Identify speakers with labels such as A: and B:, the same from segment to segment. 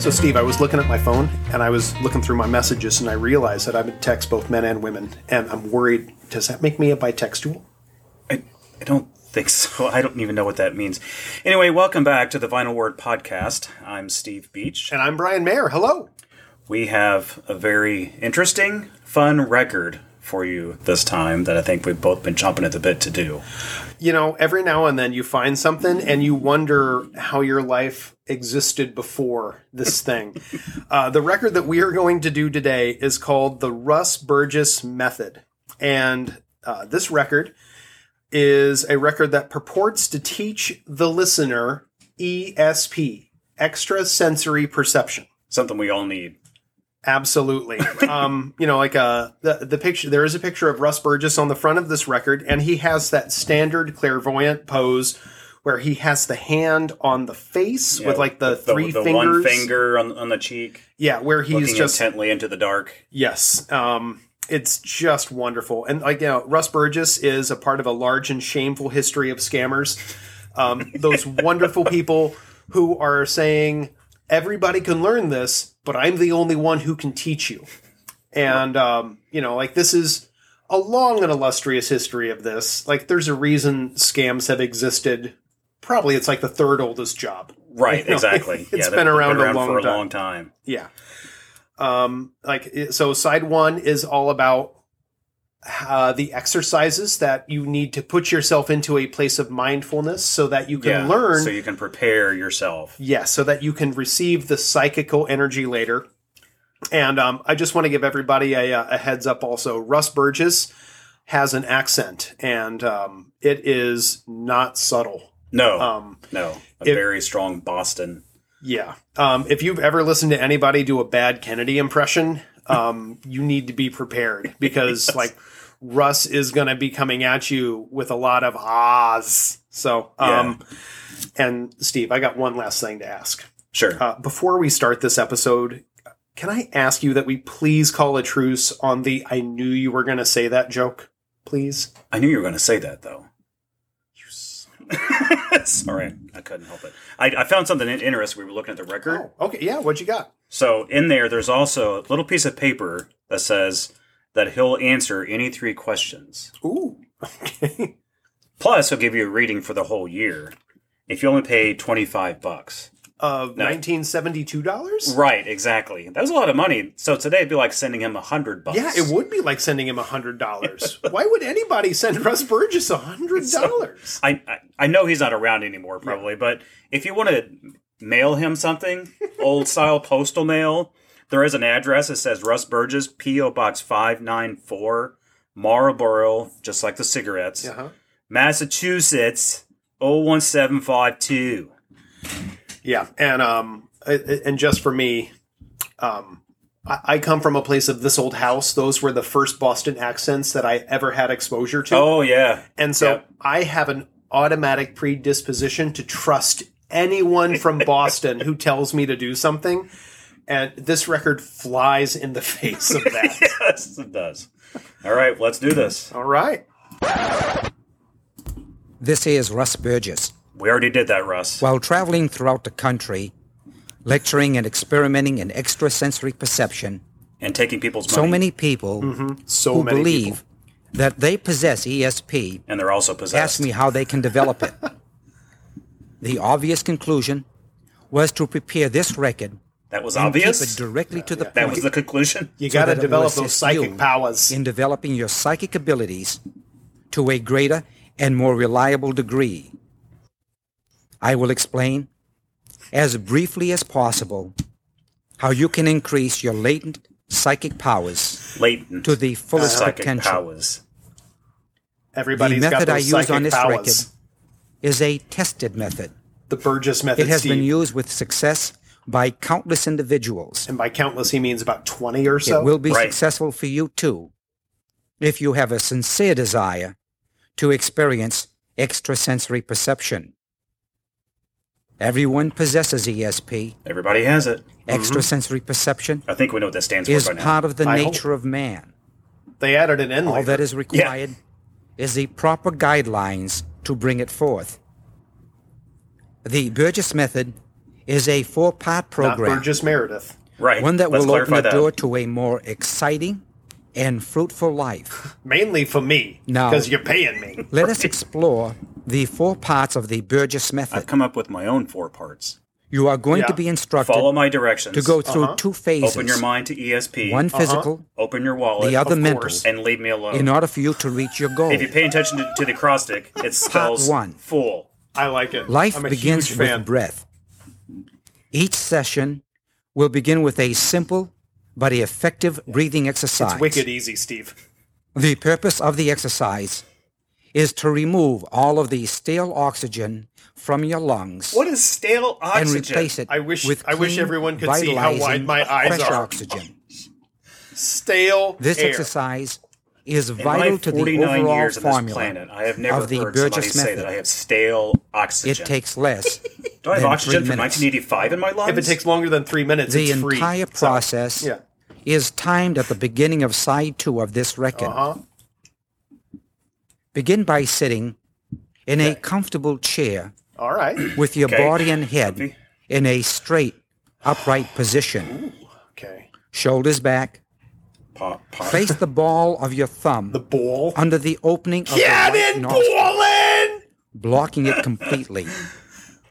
A: So, Steve, I was looking at my phone and I was looking through my messages and I realized that I've been text both men and women, and I'm worried. Does that make me a bitextual?
B: I, I don't think so. I don't even know what that means. Anyway, welcome back to the Vinyl Word Podcast. I'm Steve Beach.
A: And I'm Brian Mayer. Hello.
B: We have a very interesting, fun record for you this time that I think we've both been chomping at the bit to do.
A: You know, every now and then you find something and you wonder how your life existed before this thing. uh, the record that we are going to do today is called The Russ Burgess Method. And uh, this record is a record that purports to teach the listener ESP, extrasensory perception.
B: Something we all need.
A: Absolutely. um, you know, like uh, the the picture. There is a picture of Russ Burgess on the front of this record, and he has that standard clairvoyant pose where he has the hand on the face
B: Yeah,
A: with like the,
B: the,
A: three
B: the
A: fingers.
B: one finger on, on the cheek,
A: Yeah, where he's
B: looking
A: just
B: intently into the dark.
A: yes. Um, it's just wonderful, and like you know, Russ Burgess is a part of a large and shameful history of scammers. Um, those wonderful people who are saying everybody can learn this, but I'm the only one who can teach you. And um, you know, like this is a long and illustrious history of this. Like there's a reason scams have existed. Probably it's like the third oldest job.
B: Right,
A: know,
B: exactly.
A: it's
B: yeah, they've-
A: been
B: they've
A: around a long
B: for a
A: time.
B: long time.
A: Yeah. Um, like it- so, side one is all about uh, the exercises that you need to put yourself into a place of mindfulness so that you can
B: Yeah,
A: learn.
B: so you can prepare yourself.
A: yes, so that you can receive the psychical energy later. And um, I just want to give everybody a, uh, a heads up. Also, Russ Burgess has an accent, and um, it is not subtle.
B: No,
A: Um,
B: no, a
A: if-
B: very strong Boston.
A: Yeah. Um, if you've ever listened to anybody do a bad Kennedy impression, um, you need to be prepared because like Russ is going to be coming at you with a lot of ahs. So, um, and Steve, I got one last thing to ask.
B: Sure.
A: Uh, before we start this episode, can I ask you that we please call a truce on the I knew you were going to say that joke? Please.
B: I knew you were going to say that, though. Sorry, I couldn't help it. I, I found something in- interesting. We were looking at the record.
A: Oh, okay. Yeah. What you got?
B: So in there, there's also a little piece of paper that says that he'll answer any three questions.
A: Oooo. Okay.
B: Plus, he'll give you a reading for the whole year if you only pay 25 bucks.
A: Of
B: No.
A: $1972?
B: Right, exactly. That was a lot of money. So today it'd be like sending him a 100 bucks.
A: Yeah, it would be like sending him a hundred dollars. Why would anybody send Russ Burgess a hundred dollars?
B: I, I I know he's not around anymore, probably. But if you want to mail him something, old style postal mail, there is an address. It says Russ Burgess, P.O. Box five nine four, Marlboro, just like the cigarettes,
A: Uh-huh.
B: Massachusetts 01752.
A: Yeah, and um, I- I- and just for me, um, I, I come from a place of this old house. Those were the first Boston accents that I ever had exposure to,
B: Oh yeah,
A: and so
B: yep.
A: I have an automatic predisposition to trust anyone from Boston who tells me to do something. And this record flies in the face of that.
B: yes it does. All right, let's do this.
A: All right.
C: This is Russ Burgess.
B: We already did that, Russ.
C: While traveling throughout the country, lecturing and experimenting in extrasensory perception,
B: And taking people's money,
C: so many people
A: So
C: who
A: many
C: believe
A: people.
C: that they possess E ESP
B: and they're also possessed.
C: asked me how they can develop it. the obvious conclusion was to prepare this record
B: that was
C: and
B: obvious.
C: keep it directly to the
B: that
C: point
B: was the conclusion.
A: You
C: so
A: got to
C: that it will
A: develop those
C: assist
A: psychic
C: you
A: powers.
C: in developing your psychic abilities to a greater and more reliable degree. I will explain as briefly as possible how you can increase your latent psychic powers
B: Latent
C: to the fullest
B: psychic
C: potential.
B: powers.
A: Everybody's
C: The
A: got
C: method I
A: those
C: used
A: psychic
C: on this
A: powers.
C: record Is a tested method.
A: The Burgess method.
C: It has
A: Steve.
C: been used with success by countless individuals.
A: and by countless he means about twenty or so.
C: it will be
B: Right.
C: successful for you too if you have a sincere desire to experience extrasensory perception. Everyone possesses ESP.
B: Everybody has it.
C: Extrasensory perception
B: I think we know Mm-hmm. what that stands
C: is
B: for by now.
C: part of the
A: I hope-
C: nature of man.
A: they added an N
C: All
A: later.
C: that is required is the proper guidelines to bring it forth. The Burgess method is a four part
A: not
C: program,
A: Burgess Meredith.
B: Right.
C: one that
B: Let's
C: will open
B: clarify
C: the
B: that.
C: door to a more exciting and fruitful life.
A: Mainly for me,
C: No.
A: because you're paying me.
C: Let us explore the four parts of the Burgess
B: I've
C: method.
B: come up with my own four parts.
C: You are going
A: Yeah.
C: to
A: Uh-huh.
C: be instructed
B: Follow my directions.
C: to go through two phases
B: Open your mind to ESP.
C: one physical,
B: Open your wallet.
C: the other
A: Of
C: mental,
A: course.
B: And leave me alone.
C: in order for you to reach your goal.
B: if you pay attention to, to the acrostic, it spells
C: one.
B: fool.
A: I like it.
C: Life
A: I'm a
C: begins
A: huge
C: with
A: fan.
C: breath. Each session will begin with a simple but effective breathing exercise.
A: It's wicked easy, Steve.
C: The purpose of the exercise is to remove all of the stale oxygen from your lungs
B: What is stale
C: and
B: oxygen?
C: replace it
A: I wish-
C: with
A: I wish
C: clean,
A: everyone could see how wide
C: vitalizing
A: my eyes
C: fresh
A: are.
C: oxygen.
A: Stale
C: This
A: air.
C: exercise is
B: In
C: vital
B: my
C: to
B: 49
C: the overall
B: years on
C: formula.
B: this planet, I have never
C: of the
B: heard somebody
C: Burgess
B: say
C: method.
B: that I have stale
C: It
B: oxygen.
C: takes less.
B: Do I have
C: than
B: oxygen
C: three
B: from
C: minutes.
B: 1985 in my lungs?
A: If it takes longer than three minutes,
C: the
A: it's free.
C: entire process
A: yeah.
C: is timed at the beginning of side two of this record.
A: Uh huh.
C: Begin by sitting in a comfortable chair
A: All right.
C: with your
B: Okay.
C: body and head
B: Comfy.
C: in a straight, upright position,
A: Okay.
C: shoulders back.
B: pop, pop.
C: Place the ball of your thumb
A: The ball.
C: under the opening of the right
A: Cannon
C: nostril,
A: balling.
C: blocking it completely.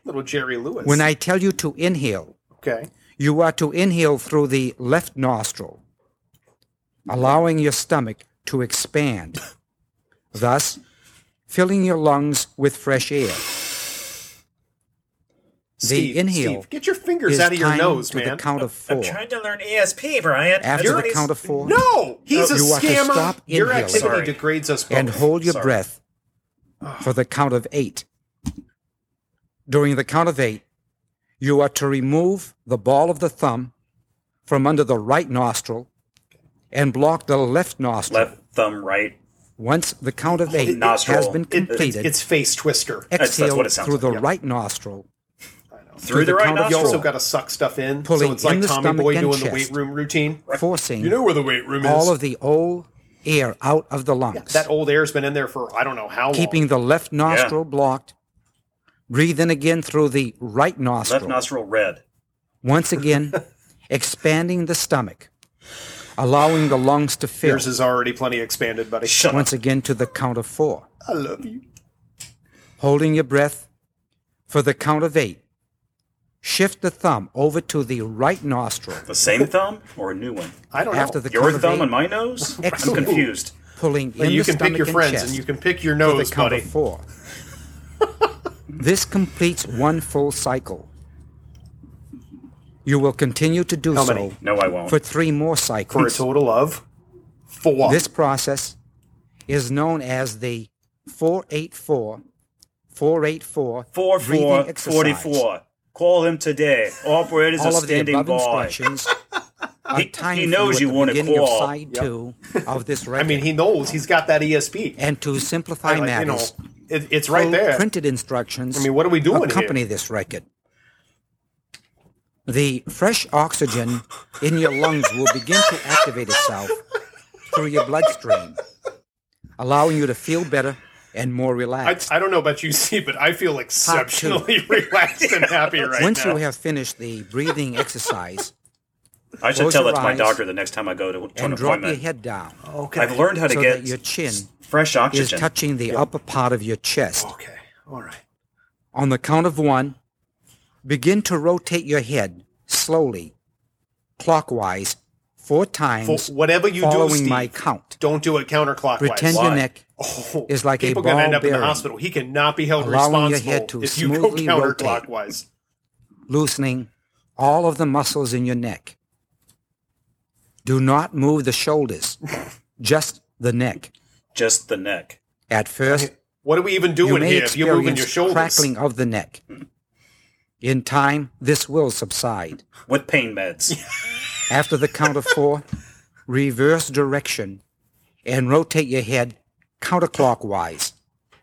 A: Little Jerry Lewis.
C: When I tell you to inhale,
A: okay.
C: you are to inhale through the left nostril, allowing your stomach to expand, thus filling your lungs with fresh air.
A: Steve,
C: inhale
A: Steve, get your fingers
C: is
A: out of your
C: timed
A: nose,
C: to
A: man.
C: the count of
B: I'm
C: four.
B: trying to learn ESP, Brian.
C: After the
B: Everybody's-
C: count of four,
A: no, he's
C: No,
A: a
C: you have to
A: scammer.
C: stop
A: your
C: inhaling.
A: activity
B: Sorry.
A: degrades us both.
C: and hold your
B: Sorry.
C: breath for the count of eight. During the count of eight, you are to remove the ball of the thumb from under the right nostril and block the left nostril.
B: left thumb, right.
C: Once the count of eight
B: nostril.
C: has been
B: It-
A: It- it's,
C: completed,
A: it's face twister.
B: that's
C: exhale
B: what it sounds
C: through
B: like,
C: the
A: yeah.
C: right nostril,
B: Through
C: the
B: the right
C: count of
A: You
C: Sure.
B: nostril.
A: also got to suck stuff in,
C: Pulling
A: so it's like
C: in the
A: Tommy
C: stomach
A: Boy
C: and
A: doing the
C: chest.
A: weight room routine.
C: forcing
A: You know where the weight room is.
C: all of the old air out of the lungs,
A: that old air's been in there for I don't know how
C: keeping
A: long.
C: the left nostril blocked. Breathe in again through the right nostril.
B: Left nostril red.
C: Once again, expanding the stomach, allowing the lungs to fill.
A: Yours is already plenty expanded, buddy.
B: Shut up.
C: Once again to the count of four.
A: I love you.
C: Holding your breath for the count of eight. Shift the thumb over to the right nostril.
B: The same thumb or a new one?
A: I don't
C: After
A: know.
C: the
B: Your
C: count of
B: thumb
C: eight,
B: and my nose?
C: Excellent.
B: I'm confused.
C: pulling
A: And
C: in
A: you can
C: the
A: pick
C: stomach
A: your friends
C: chest
A: and you can pick your
C: for the
A: nose,
C: count
A: buddy.
C: of four. this completes one full cycle. You will continue to do
A: How
C: so
A: many?
B: No, I won't.
C: for three more
A: For a
C: cycles.
A: total of four.
C: This process is known as the 484 484
B: Four
C: breathing
B: four
C: exercise.
B: forty four. Call him today. Operators
C: All
B: are
C: of the
B: standing
C: above
B: by.
C: instructions are
B: He- he
C: timed for
B: knows
C: at
B: you
C: the
B: wanna
C: beginning of
B: call.
C: side two of this
A: I
C: record.
A: mean, he knows he's got that E ESP.
C: and to simplify
A: Like, you know,
C: matters,
A: it, it's right
C: full
A: there.
C: printed instructions.
A: I mean, what are we doing
C: accompany
A: here?
C: this record. The fresh oxygen in your lungs will begin to activate itself through your bloodstream, allowing you to feel better and more
A: I,
C: relaxed.
A: I don't know about you, Steve, but I feel exceptionally relaxed and happy right
C: Once
A: now.
C: you have finished the breathing exercise,
B: I should
C: Close
B: tell
C: your
B: that to my
C: eyes
B: doctor the next time I go to, to an
C: and drop your
B: appointment.
C: head down
A: okay.
B: I've learned how to
C: so that
B: get
C: your chin
B: fresh
C: is
B: oxygen.
C: touching the upper part of your chest.
A: Okay. All right.
C: On the count of one, begin to rotate your head slowly, clockwise, four
A: For
C: times,
A: whatever you do,
C: following
A: Steve,
C: my count.
A: don't do it counterclockwise.
C: Pretend
B: Why?
C: your neck
A: Oh,
C: is like a
A: people gonna end
C: ball
A: up in the
C: bearing.
A: hospital. He cannot be held
C: Allowing your
A: responsible
C: head to
A: if you go
C: smoothly rotate.
A: counterclockwise.
C: loosening all of the muscles in your neck. Do not move the shoulders, just the neck.
B: Just the neck.
C: At first,
A: What are we even
C: you
A: doing
C: may
A: here? If you're moving your
C: experience
A: shoulders,
C: crackling of the neck. In time, this will subside.
B: With pain meds.
C: After the count of four, reverse direction and rotate your head counterclockwise.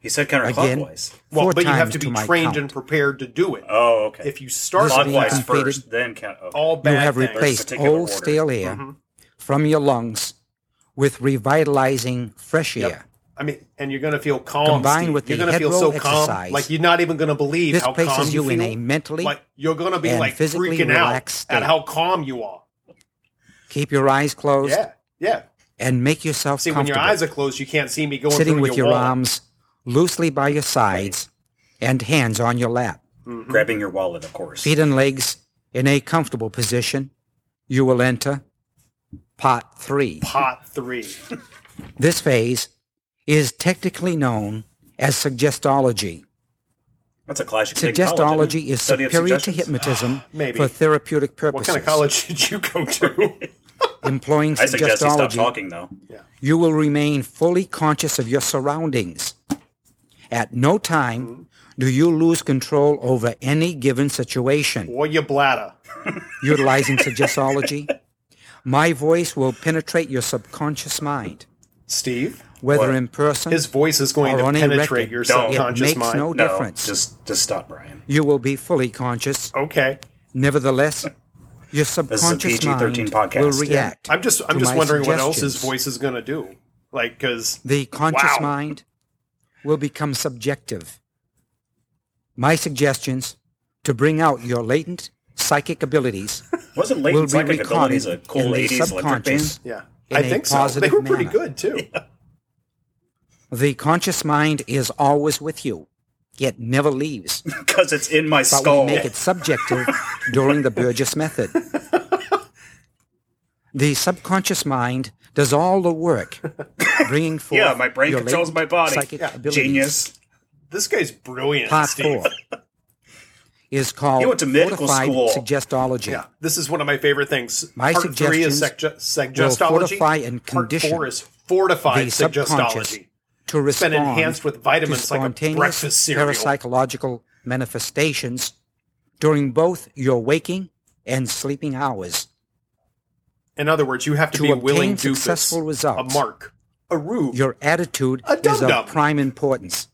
B: He said
C: Again.
B: counterclockwise.
A: well,
C: four
A: but you have
C: times
A: to be
C: to my
A: trained
C: count.
A: and prepared to do it.
B: Oh, okay.
A: If you start
C: This being
B: clockwise
A: clockwise,
C: completed-
B: first, then count. oh. Okay.
A: all
C: You
A: bad
C: have
A: things.
C: replaced
B: particular
C: old
B: order.
A: Mm-hmm.
C: stale air from your lungs with revitalizing fresh air.
A: I mean, and you're going to feel calm.
C: Combined
A: Steve.
C: with the
A: you're going to feel so
C: Hebro
A: calm,
C: exercise,
A: like you're not even going to believe
C: this
A: how
C: places
A: calm
C: you in
A: feel.
C: a mentally
A: like you're going to be
C: and
A: like
C: physically
A: freaking out
C: relaxed
A: at
C: state.
A: how calm you are.
C: keep your eyes closed
A: Yeah, yeah.
C: and make yourself
A: See, when
C: comfortable
A: your eyes are closed, you can't see me going
C: sitting
A: through
C: with
A: your,
C: your
A: wall.
C: arms loosely by your sides and hands on your lap
B: Grabbing your wallet, of course.
C: feet and legs in a comfortable position you will enter pot 3
A: Pot three.
C: This phase is technically known as suggestology.
B: That's a classic.
C: Suggestology is superior to hypnotism
A: Maybe.
C: for therapeutic
A: What
C: purposes.
A: kind of college did you go to?
C: Employing
B: I suggest you stop
C: suggestology,
B: talking, though.
C: you will remain fully conscious of your surroundings. At no time do you lose control over any given situation.
A: or your bladder?
C: Utilizing suggestology, my voice will penetrate your subconscious mind,
A: Steve,
C: whether
B: What?
C: in person
A: his voice is going
C: Or
A: to
C: on a
A: penetrate
C: record.
A: your
B: Don't.
A: subconscious
C: It makes
A: mind.
C: no-
B: No,
C: difference.
B: just just stop, Brian.
C: you will be fully conscious
A: Okay.
C: Nevertheless, your
B: is a
C: subconscious
B: PG-13
C: mind
B: podcast.
C: will
B: Yeah.
C: react.
A: I'm just I'm
C: to
A: just
C: my
A: wondering what else his
C: suggestions.
A: voice is going to do. Like cuz
C: The conscious
A: Wow.
C: mind will become subjective. My suggestions to bring out your latent psychic abilities
B: Wasn't
C: will
B: Latent
C: be
B: Psychic Abilities a
C: recorded in
B: cool
C: the
B: 80s electric band?
C: subconscious.
A: yeah.
C: In
A: I
C: a
A: think so. They
C: positive
A: were pretty
C: manner.
A: good too.
C: The conscious mind is always with you. It never leaves,
B: Because it's in my
C: but
B: skull.
C: we make it subjective during the Burgess method. The subconscious mind does all the work, bringing forth
B: yeah, my brain
C: your
B: controls
C: latent
B: my body.
C: Psychic
A: Yeah.
C: abilities.
B: Genius.
A: This guy's brilliant,
C: Part
A: Steve.
C: four is called
B: He went to medical
C: fortified
B: school.
C: suggestology.
A: Yeah. This is one of my favorite things.
C: My
A: Part 3 is sugge-
C: suggestions
A: suggestology.
C: will fortify and
A: Part 4
C: condition
A: is fortified
C: the subconscious
A: suggestology.
C: to respond
A: enhanced with vitamins
C: to
A: like a
C: spontaneous
A: breakfast cereal.
C: parapsychological manifestations during both your waking and sleeping hours.
A: In other words, you have to,
C: To
A: be
C: obtain
A: willing to
C: successful results.
A: a mark, a rube.
C: Your attitude
A: A
C: is
A: dum-dum.
C: of prime importance.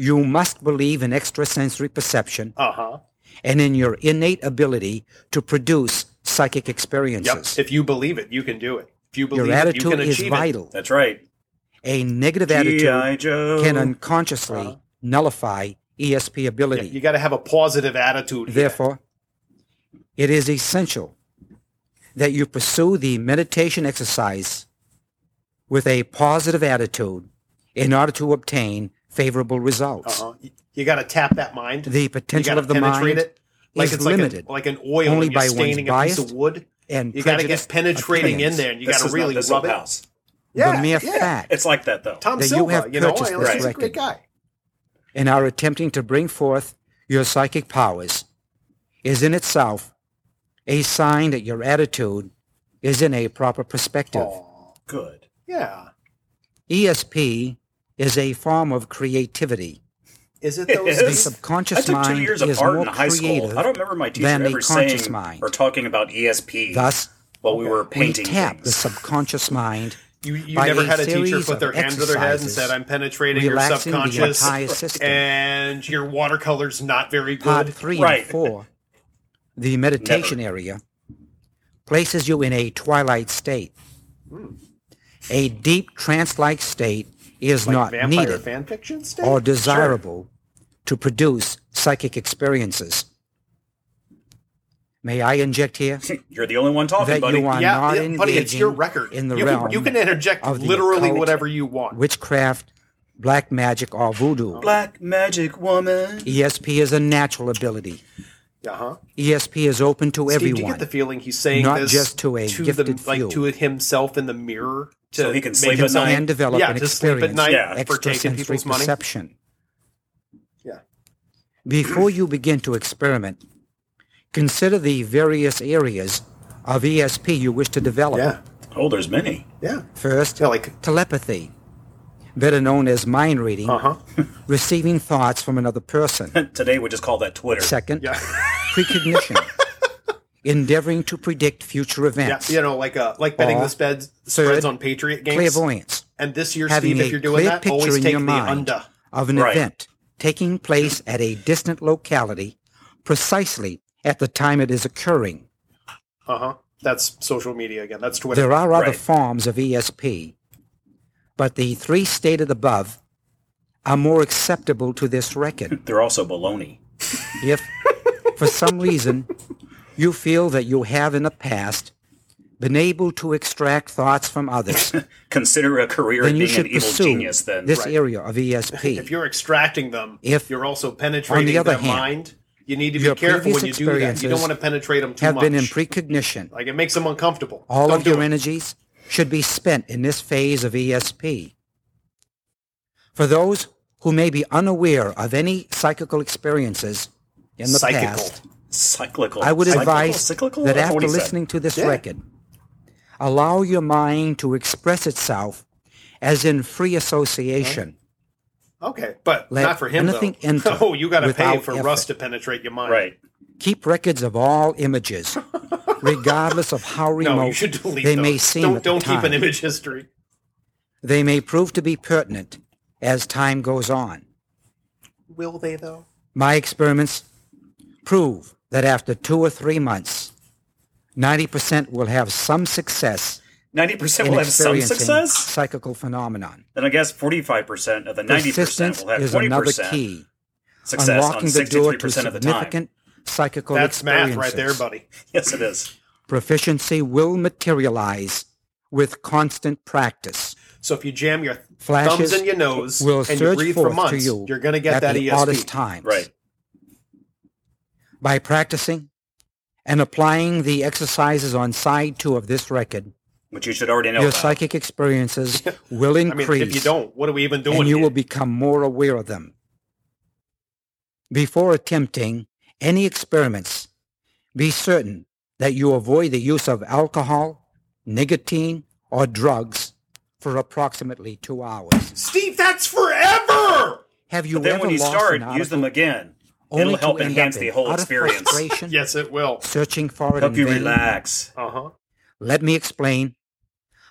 C: You must believe in extrasensory perception
A: Uh huh.
C: and in your innate ability to produce psychic
A: Yep.
C: experiences.
A: If you believe it, you can do it. If you believe
C: your
A: it, you
C: attitude
A: can
C: is
A: achieve it.
C: vital.
B: That's right.
C: A negative
B: G.I.
C: attitude
B: Joe.
C: can unconsciously nullify ESP
A: Uh-huh. Yeah,
C: ability.
A: you got to have a positive attitude. here.
C: Therefore, it is essential that you pursue the meditation exercise with a positive attitude in order to obtain favorable results.
A: Uh-huh. You- You got to tap that mind.
C: The
A: you
C: potential
A: got to
C: of the
A: penetrate
C: mind
A: it. Like
C: is
A: it's
C: limited
A: like, a, like an oil
C: only
A: and you're
C: by one's
A: staining a piece of
C: bias
A: wood.
C: and
A: You got to get
C: prejudiced
A: penetrating in
C: opinions.
A: there, and you
B: This
A: got to
B: is
A: really
B: not this
A: rub it.
B: house.
C: the mere fact
B: It's like that, though.
A: Tom
C: that you
A: Silva, you,
C: have
A: know, I
C: purchased
A: like,
B: this
A: he's a great
C: record.
A: guy.
C: in our attempting to bring forth your psychic powers is in itself a sign that your attitude is in a proper perspective.
A: Aw,
B: Good.
A: yeah.
C: ESP is a form of creativity.
A: Is it
B: It
A: those?
C: The
B: is.
A: these-
C: subconscious
B: I took two
C: mind
B: years of
C: is
B: art
C: more
B: in high
C: creative.
B: school. I don't remember my teacher
C: than the
B: ever
C: conscious
B: saying
C: mind.
B: or talking about ESP
C: Thus,
B: while we were
C: we
B: painting
C: tap the
B: things.
C: subconscious mind,
A: you you
C: by
A: never
C: a
A: had a teacher
C: series
A: put
C: of
A: their hand to their head and
C: exercises,
A: said, "I'm penetrating your
C: relaxing the
A: subconscious."
C: entire system.
A: and your watercolor's not very
C: Part
A: good.
C: three
B: Right.
C: and four, the meditation area, places you in a twilight state.
A: Hmm.
C: A deep trance-like state is not
A: Vampire
C: needed
A: fan fiction state?
C: or desirable to produce psychic experiences. May I inject here?
B: You're the only one talking,
C: That
B: buddy.
C: you are-
A: yeah,
C: not
A: yeah, buddy, it's your
C: engaging
A: record.
C: in the
A: you, can,
C: realm
A: you can interject
C: of the
A: literally
C: occult,
A: whatever you want.
C: witchcraft, black magic, or
A: Oh.
C: voodoo.
B: Black magic woman.
C: ESP is a natural ability.
A: uh-huh.
C: ESP is open to
A: Steve, do you
C: everyone.
A: get the feeling he's saying
C: Not
A: this
C: just to a
A: the,
C: gifted
A: like
C: few.
A: to himself in the mirror to
B: So he can
A: make
B: sleep at
A: himself-
B: night?
C: and develop
A: yeah,
C: an
A: to sleep at
C: experience
A: night
B: Yeah.
A: for taking
C: extrasensory
A: people's money.
C: perception.
A: Yeah.
C: Before you begin to experiment, consider the various areas of ESP you wish to develop.
A: Yeah.
B: Oh, there's many.
A: Yeah.
C: First,
A: Yeah, like
C: telepathy, better known as mind reading,
A: uh-huh.
C: receiving thoughts from another person.
B: Today we just call that Twitter.
C: Second,
A: Yeah.
C: precognition, endeavoring to predict future
A: Yeah,
C: events.
A: you know, like uh, like betting
C: Or
A: the spreads spreads
C: third,
A: on Patriot games.
C: Clairvoyance,
A: And this year,
C: having
A: Steve,
C: a
A: if you're doing
C: clear
A: that,
C: picture
A: always
C: in
A: take
C: your
A: the
C: mind
A: under.
C: of an
B: Right.
C: event taking place at a distant locality precisely at the time it is occurring.
A: Uh-huh. Uh huh. That's social media again. That's Twitter.
C: There are other
B: Right.
C: forms of ESP. E but the three stated above are more acceptable to this record.
B: They're also baloney.
C: If, for some reason, you feel that you have in the past been able to extract thoughts from others,
B: Consider a career
C: then
B: in
C: you
B: being an
C: should
B: evil
C: pursue
B: genius. Then
C: this
A: right.
C: area of E ESP.
A: If you're extracting them,
C: If-
A: you're also penetrating
C: other
A: their
C: hand,
A: mind, you need to be
C: your
A: careful when you
C: previous
A: do that. You don't
C: experiences
A: want to penetrate them too
C: have
A: much.
C: been in precognition.
A: like it makes them uncomfortable.
C: All
A: Don't
C: of
A: do
C: your
A: it.
C: energies should be spent in this phase of ESP. For those who may be unaware of any psychical experiences in the
A: Psychical.
C: past,
B: cyclical.
C: I would
B: Cyclical?
C: advise
B: cyclical?
C: that
B: That's
C: after
B: what he said.
C: listening to this
A: Yeah.
C: record, allow your mind to express itself as in free association.
A: Okay, but
C: Let
A: not for him though.
C: nothing enter
A: oh, you got to pay
C: without
A: for
C: effort.
A: rust to penetrate your mind.
B: right.
C: Keep records of all images, regardless of how remote
A: No, you should delete
C: they
A: those.
C: may seem
A: Don't
C: at the
A: don't keep an
C: time.
A: image history.
C: They may prove to be pertinent as time goes on.
A: Will they though?
C: My experiments prove that after two or three months, 90% will have some success
B: Ninety percent
C: in
B: will have some
C: experiencing
B: success.
C: psychical phenomenon.
B: Then I guess forty-five percent of the ninety percent
C: Persistence
B: will have
C: is
B: twenty
C: another
B: percent
C: key,
B: success on
C: unlocking the door
B: sixty-three
C: to
B: percent of the time.
C: significant psychical
A: That's math
C: experiences.
A: right there, buddy.
B: Yes, it is.
C: Proficiency will materialize with constant practice.
A: So if you jam your
C: Flashes
A: thumbs in your nose
C: will
A: and you
C: surge
A: breathe for
C: forth to
A: months,
C: you
A: you're going to get
C: at
A: that E
C: the
A: ESP.
C: oddest times.
B: Right.
C: By practicing and applying the exercises on side two of this record,
B: Which you should already know.
C: your
B: about.
C: psychic experiences will
A: I mean,
C: increase,
A: if you don't, what are we even doing?
C: and you
A: here?
C: will become more aware of them. Before attempting any experiments, be certain that you avoid the use of alcohol, nicotine, or drugs for approximately two hours.
A: Steve, that's forever.
C: Have you
B: But then
C: ever
B: when you
C: lost
B: start,
C: an
B: use
C: article
B: them again.
C: only
B: It'll
C: to
B: help
C: end
B: enhance
C: up
B: the
C: in
B: whole
C: utter
B: experience.
C: frustration,
A: Yes, it will.
C: Searching for it
B: Help
C: in
B: you
C: vain?
B: relax.
A: Uh huh.
C: Let me explain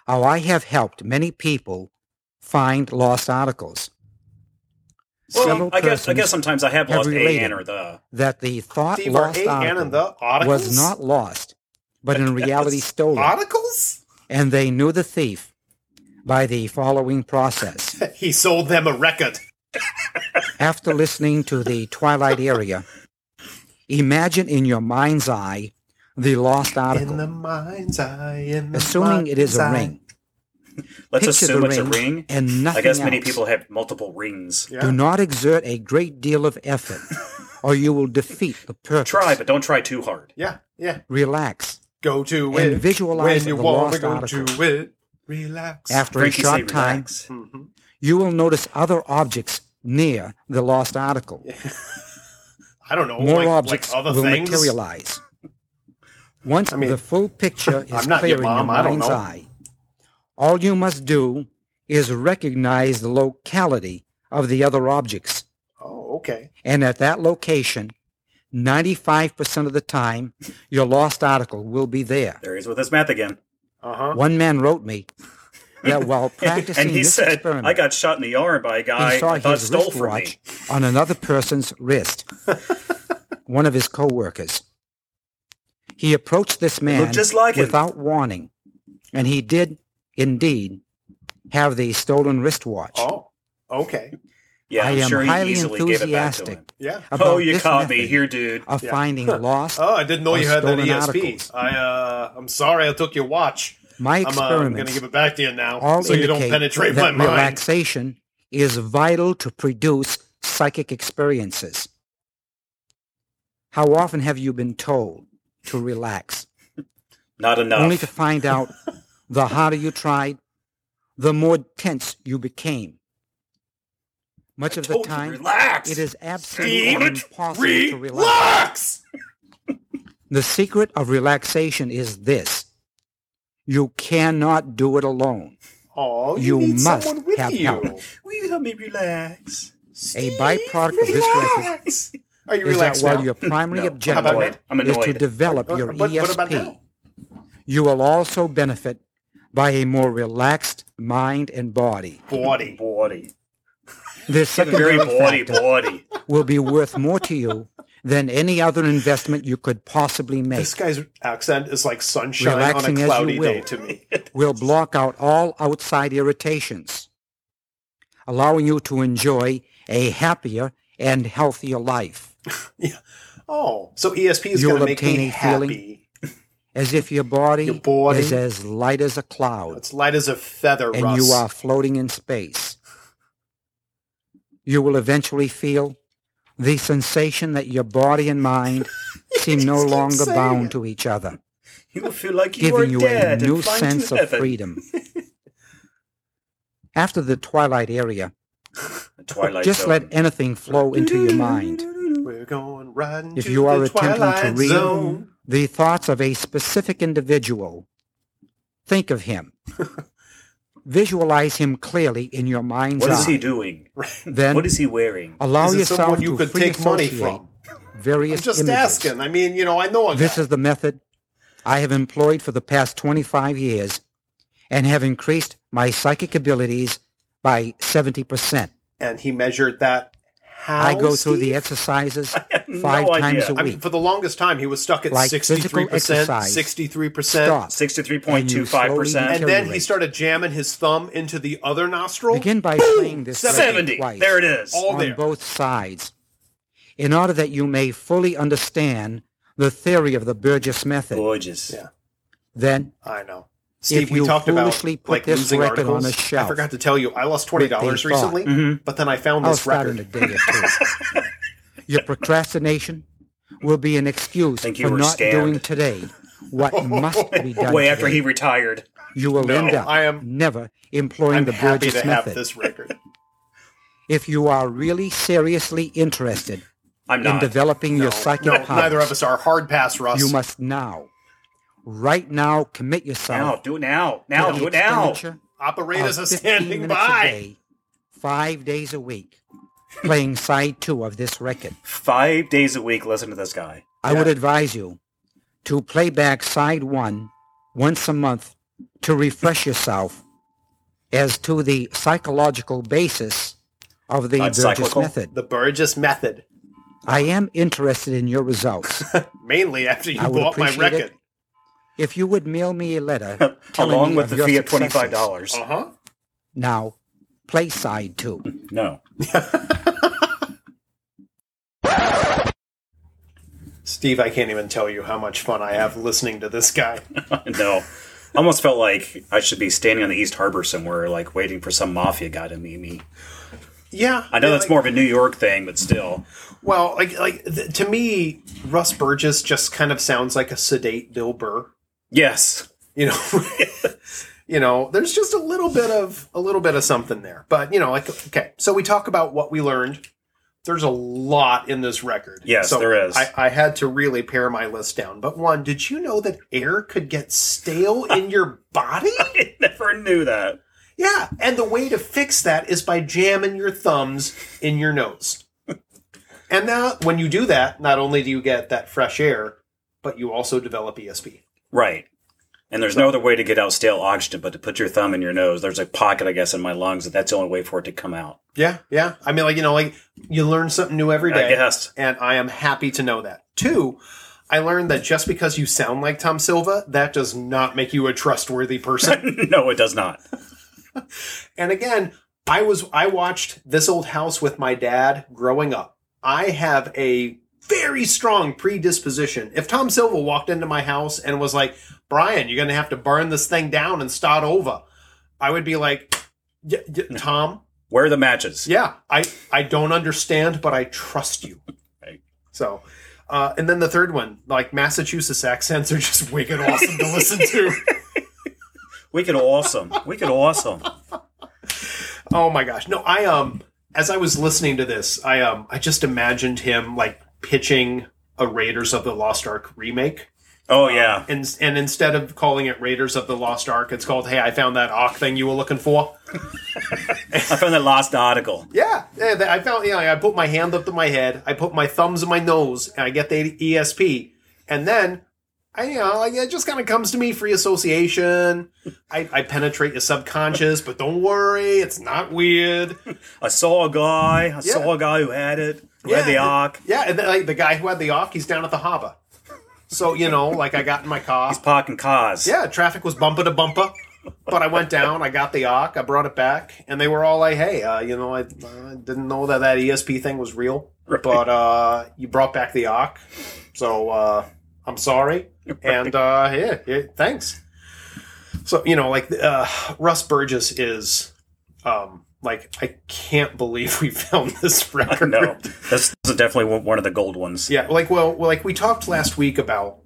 C: how I have helped many people find lost articles.
B: Well,
C: Several
B: I guess I guess
C: persons
B: sometimes I have
C: have
B: lost a
C: related.
B: and or the.
C: that the thought
A: Steve, are
C: lost
A: A N and the
C: article
A: articles
C: was not lost, but in reality stolen,
A: Articles?
C: and they knew the thief by the following process.
A: He sold them a record.
C: After listening to the Twilight Area, imagine in your mind's eye the lost article,
A: In the mind's eye. In the
C: assuming it is a
A: mind's eye.
C: ring.
B: Let's
C: Picture
B: assume
C: the
B: it's
C: ring
B: a ring.
C: and nothing
B: I guess many
C: else.
B: people have multiple rings.
A: Yeah.
C: Do not exert a great deal of effort, or you will defeat the purpose.
B: Try, but don't try too hard.
A: Yeah, yeah.
C: Relax.
A: Go to
C: And
A: it.
C: visualize
A: when you
C: the
A: want to
C: lost
A: go to
C: article.
A: it. Relax.
C: After
B: Frankie
C: a
B: say
C: short time,
B: relax.
A: hmm
C: you will notice other objects near the lost article.
A: I don't know.
C: More
A: like,
C: objects
A: like other
C: will
A: things.
C: materialize. Once
A: mean,
C: the full picture is
A: not
C: clear
A: your
C: in your
A: mom, I don't
C: mind's
A: know.
C: eye, all you must do is recognize the locality of the other objects.
A: Oh, okay.
C: And at that location, 95% of the time, your lost article will be there.
B: There he is with his math again.
A: Uh huh.
C: One man wrote me that while practicing
B: and he
C: this
B: said,
C: experiment,
B: "I got shot in the arm by a guy
C: he saw
B: I thought
C: his
B: stole from me."
C: wristwatch on another person's wrist, one of his co-workers. He approached this man
B: looked just like him.
C: without warning, and he did indeed have the stolen wristwatch.
A: Oh, okay.
B: Yeah,
C: I
B: I'm
C: am
B: sure he
C: highly
B: easily gave it back to him.
C: enthusiastic
A: Yeah.
C: about
B: oh, you
C: this
B: caught me
C: method
B: here, dude.
C: of
A: Yeah.
C: finding lost.
A: Oh, I didn't know
C: or
A: you had that
C: stolen
A: ESP.
C: articles.
A: I uh, I'm sorry I took your watch.
C: My
A: I'm, uh, I'm gonna
C: experiments
A: give it back to you now,
C: all
A: so you
C: indicate
A: don't penetrate my
C: that
A: mind.
C: relaxation is vital to produce psychic experiences. How often have you been told to relax,
B: Not enough.
C: only to find out the harder you tried, the more tense you became? Much of the
B: Told you,
C: time,
B: relax.
C: it is absolutely
A: Steve,
C: impossible to relax.
A: relax.
C: The secret of relaxation is this. You cannot do it alone.
A: Oh, you,
C: You
A: need
C: must
A: someone with
C: have
A: you.
C: help.
B: Will you help me relax?
C: A byproduct of this record
A: Relax. Are you
C: is that
A: relaxed
C: while
A: now?
C: your primary
B: No, I'm
C: objective
A: annoyed.
B: I'm
C: is to
B: annoyed.
C: develop
A: But-
C: your
A: but what about
C: ESP,
A: now?
C: you will also benefit by a more relaxed mind and body.
A: Body.
B: Bawdy.
C: This
B: Very
C: secondary
B: bawdy,
C: factor
B: bawdy.
C: will be worth more to you than any other investment you could possibly make.
A: This guy's accent is like sunshine
C: Relaxing as
A: on a cloudy
C: you will.
A: day to me.
C: Will block out all outside irritations. allowing you to enjoy a happier and healthier life,
A: Oh, so ESP is
C: You'll
A: going to make
C: obtain
A: me
C: a feeling-
A: happy.
C: as if your body,
A: Your body.
C: is as light as a cloud
A: It's light as a feather,
C: and
A: Russ.
C: you are floating in space. You will eventually feel the sensation that your body and mind seem no
A: just keep
C: longer
A: saying
C: bound
A: it.
C: to each other,
B: You will feel like you are
C: giving you a
B: dead
C: new
B: and flying
C: sense
B: to
C: of
B: heaven.
C: freedom. After the twilight area,
B: Twilight
C: just
B: Zone.
C: let anything flow into your mind.
A: We're going riding
C: If
A: to
C: you are
A: the
C: attempting to
A: Twilight
C: read
A: Zone.
C: the thoughts of a specific individual, think of him. Visualize him clearly in your mind's
B: What is
C: eye.
B: he doing?
C: Then
B: what is he wearing?
C: allow
A: Is it
C: yourself
A: someone you
C: to
A: could
C: free
A: take money
C: associate
A: from?
C: various
A: I'm just
C: images.
A: asking. I mean, you know, I know a
C: This
A: guy.
C: is the method I have employed for the past 25 years and have increased my psychic abilities by 70%.
A: and he measured that. How,
C: I go through the
A: Steve?
C: exercises
B: no
C: five
B: idea.
C: times a
A: I
C: week.
A: mean, for the longest time, he was stuck at
C: Like physical
A: 63%,
C: exercise.
A: 63%.
C: Stop.
A: And
B: 63.25%.
C: Until
A: then
C: you
A: he
C: reach.
A: started jamming his thumb into the other nostril.
C: Begin by playing this record
B: 70.
C: twice
B: There it is.
A: All
C: on
A: there.
C: both sides in order that you may fully understand the theory of the Burgess method.
B: Gorgeous.
A: Yeah.
C: Then
A: I know. Steve, we
C: you
A: talked about
C: foolishly put
A: like
C: this
A: losing
C: record
A: articles.
C: on a shelf
A: I forgot to tell you, I lost twenty dollars
C: with a thought.
A: recently,
B: Mm-hmm.
A: but then I found
C: I'll
A: this
C: start in
A: record.
C: a day or two. Your procrastination will be an excuse
B: Think you
C: for
B: were
C: not
B: scammed.
C: doing today what must be done.
B: Way after
C: today.
B: he retired.
C: you will
A: No,
C: end up
A: I am-
C: never employing
A: I'm
C: the
A: happy
C: Burgess
A: to have
C: method.
A: this record.
C: If you are really seriously interested
B: I'm
C: in
B: not.
C: developing your
A: No,
C: psychic
A: no,
C: powers,
A: neither of us are hard pass, Russ.
C: You must now, right now, commit
B: now,
C: yourself
B: do it now.
C: to
B: Now,
C: the
B: do it now.
C: expenditure
A: operate as
C: of
A: a
C: 15
A: standing
C: minutes a
A: by.
C: day, five days a week, playing side two of this record.
B: Five days a week, listen to this guy.
C: I would advise you to play back side one once a month to refresh yourself as to the psychological basis of the
B: Not
C: Burgess
B: cyclical.
C: method.
A: The Burgess method,
C: I am interested in your results.
A: mainly after you
C: I would
A: bought my
C: appreciate it.
A: record.
C: if you would mail me a letter telling
B: Along
C: me
B: with
C: of
B: the
C: your
B: fee of
C: successes. Oh.
B: $25. dollars
A: Uh huh.
C: Now, play side two.
B: No.
A: Steve, I can't even tell you how much fun I have listening to this guy.
B: no. Almost felt like I should be standing on the East Harbor somewhere, like waiting for some mafia guy to meet me.
A: Yeah,
B: I know
A: yeah,
B: that's
A: like-
B: more of a New York thing, but still.
A: Well, like like th- to me, Russ Burgess just kind of sounds like a sedate Bill Burr.
B: Yes.
A: you know you know there's just a little bit of a little bit of something there but you know like okay so we talk about what we learned there's a lot in this record
B: Yes,
A: so
B: there is.
A: I, I had to really pare my list down but one did you know that air could get stale in your body
B: I never knew that.
A: yeah and the way to fix that is by jamming your thumbs in your nose and now when you do that not only do you get that fresh air but you also develop E esp
B: Right. And there's no other way to get out stale oxygen but to put your thumb in your nose. There's a pocket, I guess, in my lungs that that's the only way for it to come out.
A: Yeah, yeah. I mean, like you know, like you learn something new every
B: I
A: day,
B: guess.
A: and I am happy to know that. Two, I learned that just because you sound like Tom Silva, that does not make you a trustworthy person.
B: no, it does not.
A: and again, I was I watched this old house with my dad growing up. I have a very strong predisposition. If Tom Silva walked into my house and was like, "Brian, you're going to have to burn this thing down and start over," I would be like, "Y- y- "Tom."
B: Where are the matches?
A: Yeah, I I don't understand, but I trust you.
B: Right.
A: So, uh, and then the third one, like Massachusetts accents are just wicked awesome to listen to.
B: We could awesome. We could awesome.
A: Oh my gosh! No, I um, as I was listening to this, I um, I just imagined him like pitching a Raiders of the Lost Ark remake, Um,
B: Oh, yeah.
A: and and instead of calling it Raiders of the Lost Ark, it's called Hey, I found that Ark thing you were looking for.
B: I found that lost article.
A: Yeah, yeah, that- I found. Yeah, I put my hand up to my head. I put my thumbs in my nose, and I get the ESP. And then, I you know, like it just kind of comes to me free association. I, I penetrate your subconscious, but don't worry, it's not weird.
B: I saw a guy. I saw a guy who had it. Who had the arc.
A: Yeah, and then, like the guy who had the arc, he's down at the harbor. So you know, like I got in my car.
B: Parking cars.
A: Yeah, traffic was bumper to bumper. but I went down, I got the OC, I brought it back, and they were all like, "Hey, uh, you know, I, I didn't know that that ESP thing was real, but uh, you brought back the OC, so uh, I'm sorry, and uh, yeah, yeah, thanks." So you know, like uh, Russ Burgess is, um, like I can't believe we filmed this record.
B: no, this is definitely one- one of the gold ones.
A: Yeah, like well, well, like we talked last week about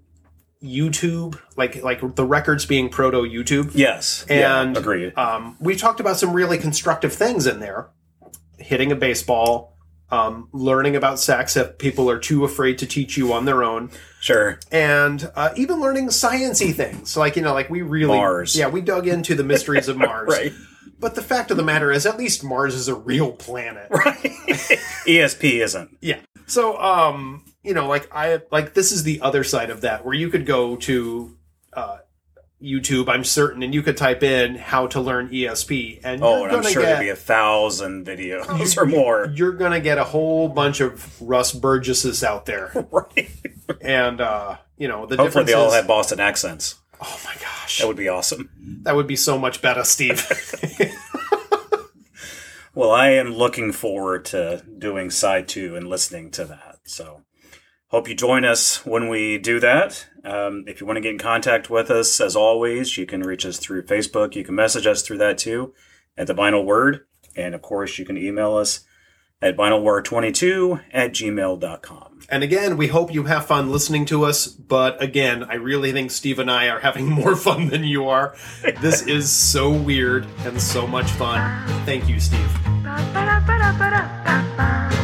A: YouTube, like like the records being proto YouTube.
B: Yes,
A: And
B: yeah, agreed.
A: Um, we talked about some really constructive things in there, hitting a baseball, um, learning about sex if people are too afraid to teach you on their own,
B: Sure,
A: and uh, even learning sciency things. Like you know, like we really
B: Mars.
A: Yeah, we dug into the mysteries of Mars.
B: right,
A: But the fact of the matter is, at least Mars is a real planet.
B: right. ESP isn't.
A: Yeah. So, um, you know, like I like this is the other side of that where you could go to uh, YouTube, I'm certain, and you could type in how to learn ESP, and
B: Oh,
A: you're
B: and I'm
A: gonna
B: sure
A: get Oh.
B: there'd be a thousand videos or more.
A: you're gonna get a whole bunch of Russ Burgesses out there,
B: Right.
A: and uh, you know the
B: Hopefully,
A: difference
B: they all
A: is-
B: have Boston accents.
A: oh my gosh,
B: That would be awesome.
A: that would be so much better, Steve.
B: Well, I am looking forward to doing side two and listening to that. So, hope you join us when we do that. Um, if you want to get in contact with us, as always, you can reach us through Facebook. You can message us through that too at the vinyl word. And of course, you can email us at vinylword22 at gmail.com.
A: and again, we hope you have fun listening to us. But again, I really think Steve and I are having more fun than you are. This is so weird and so much fun. Thank you, Steve.
D: Ba ba da ba da ba da ba ba.